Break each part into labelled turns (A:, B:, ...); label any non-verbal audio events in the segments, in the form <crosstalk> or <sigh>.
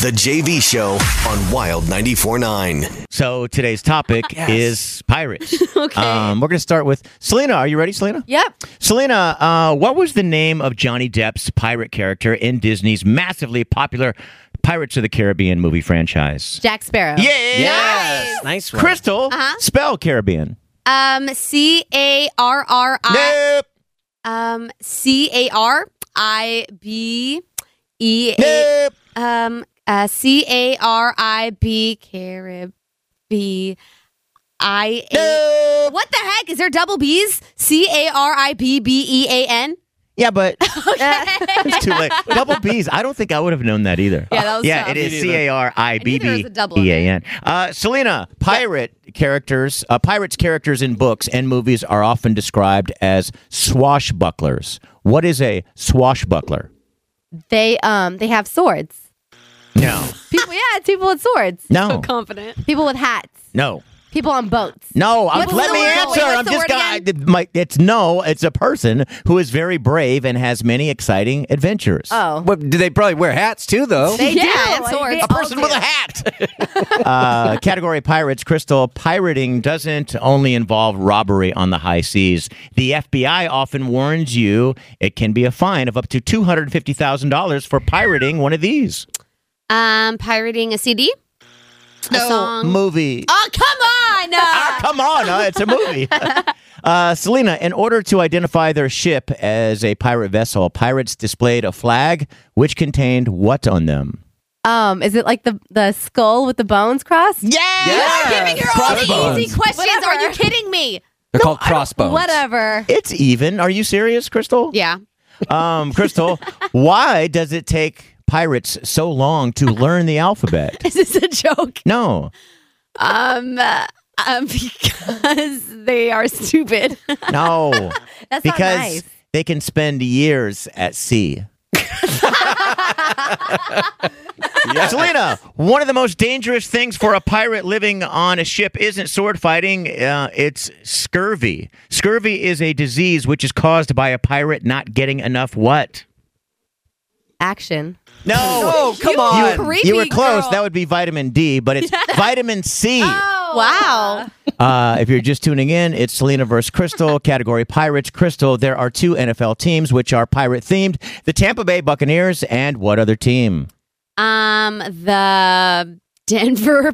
A: The JV Show on Wild 94.9.
B: So today's topic is pirates. okay. Um, we're going to start with Selena. Are you ready, Selena?
C: Yep.
B: Selena, uh, what was the name of Johnny Depp's pirate character in Disney's massively popular Pirates of the Caribbean movie franchise?
C: Jack Sparrow.
B: Yeah.
D: Yes, nice one.
B: Crystal, spell Caribbean.
C: Um, C A R R I.
B: Nope.
C: Um, C A R I B E A.
B: Nope.
C: Um, uh, C A R I B Carib B I A. What the heck? Is there double B's? C A R I B B E A N?
B: Yeah, but it's too late. Double B's. I don't think I would have known that either.
C: Yeah, that was
B: yeah.
C: tough.
B: It is C A R I B
C: I knew there was
B: B
C: a double in
B: E A N. Uh, Selena, pirate characters, uh, pirates characters in books and movies are often described as swashbucklers. What is a swashbuckler?
C: <laughs> They um they have swords.
B: No,
C: People yeah, it's people with swords.
B: no,
E: Confident.
C: People with hats.
B: no,
C: People on boats.
B: no. I'm,
C: What's
B: let
C: the
B: me
C: word?
B: answer.
C: Wait, what's
B: I'm
C: the
B: just
C: word
B: gonna- my, It's no. It's a person who is very brave and has many exciting adventures.
C: Oh.
D: What, do they probably wear hats too, though?
C: They
E: Yeah,
C: do.
E: and
C: Like,
E: swords. A
C: they all
B: person
C: do.
B: with a hat.
C: <laughs>
B: uh, category pirates, Crystal. Pirating doesn't only involve robbery on the high seas. The FBI often warns you it can be a fine of up to two hundred fifty thousand dollars for pirating one of these.
C: Um, pirating a CD. A song.
B: movie.
C: Oh, come on!
B: Ah, come on, uh, it's a
C: <laughs>
B: movie. Uh, Selena, in order to identify their ship as a pirate vessel, pirates displayed a flag which contained what on them?
C: Um, is it like the the skull with the bones crossed?
B: Yeah,
D: Crossbones.
C: questions. Are you kidding me?
D: They're called crossbones.
C: Whatever.
B: It's even. Are you serious, Crystal?
C: Yeah.
B: Um, Crystal, why does it take pirates so long to learn the alphabet?
C: Is <laughs> this a joke?
B: No.
C: Um, uh, um <laughs> because they are stupid. <laughs>
B: No.
C: That's
B: because
C: not nice.
B: they can spend years at sea. Selena, one of the most dangerous things for a pirate living on a ship isn't sword fighting, uh, it's scurvy. Scurvy is a disease which is caused by a pirate not getting enough what?
C: Action.
B: No.
D: Oh, come on.
B: You were close. That would be vitamin D, but it's vitamin C.
C: Oh. Wow.
B: Uh, if you're just tuning in, it's Selena versus Crystal, category Pirates. Crystal, there are two NFL teams which are pirate themed the Tampa Bay Buccaneers and what other team?
C: Um, the Denver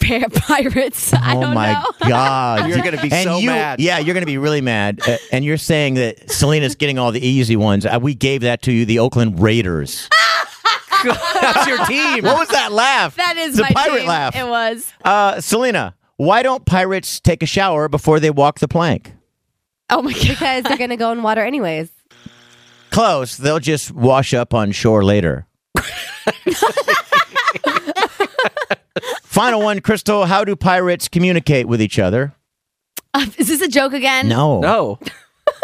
C: Pir- <laughs> Pirates. I
B: oh
C: don't
B: my
C: know.
B: God.
D: You're gonna be
B: And
D: so
B: you-
D: mad.
B: Yeah, you're going to be really mad. Uh, and you're saying that Selena's getting all the easy ones. Uh, we gave that to you, the Oakland Raiders.
D: That's your team.
B: What was that laugh?
C: That is
B: the
C: my
B: pirate
C: team.
B: laugh.
C: It was.
B: Uh, Selena, why don't pirates take a shower before they walk the plank?
C: Oh my god. Because they're gonna go in water anyways.
B: Close. They'll just wash up on shore later. Final one, Crystal. How do pirates communicate with each other?
C: Uh, is this a joke again?
B: No.
D: No.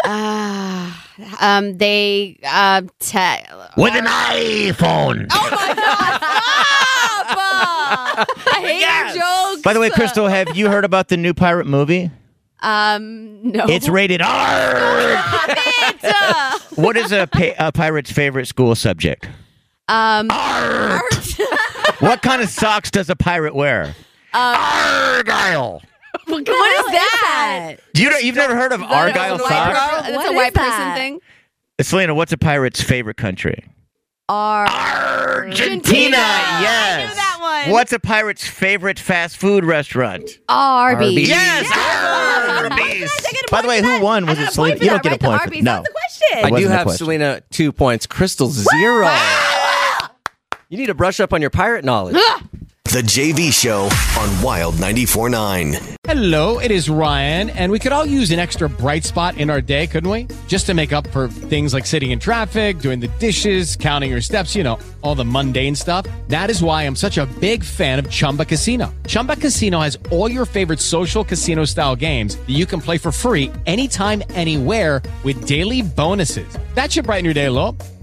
C: Uh, um, they uh, te-
B: With an iPhone.
C: I hate your jokes.
B: By the way, Crystal, have you heard about the new pirate movie?
C: Um, no.
B: It's rated R.
C: Stop it!
B: What is a, pa- a pirate's favorite school subject?
C: um, <laughs>
B: What kind of socks does a pirate wear?
C: Um,
B: Argyle.
C: what is that?
B: Do you know, you've never heard of Argyle
C: That's a white
B: socks?
C: per- That's
E: What
C: a
E: is
C: white
E: that?
C: person thing.
B: Selena, what's a pirate's favorite country?
C: Are
B: Argentina, yes.
C: I knew that one.
B: What's a pirate's favorite fast food restaurant?
C: Arby's?
B: Yes, Arby's. By the way, who won? Was it Selena? You don't get a point. for- No.
C: question.
D: I do
B: wasn't a
D: have
B: question.
D: Selena two points. Crystal zero. you need to brush up on your pirate knowledge.
A: The JV Show on Wild 94.9.
F: Hello, it is Ryan, and we could all use an extra bright spot in our day, couldn't we? Just to make up for things like sitting in traffic, doing the dishes, counting your steps, you know, all the mundane stuff. That is why I'm such a big fan of Chumba Casino. Chumba Casino has all your favorite social casino style games that you can play for free anytime, anywhere with daily bonuses. That should brighten your day a little.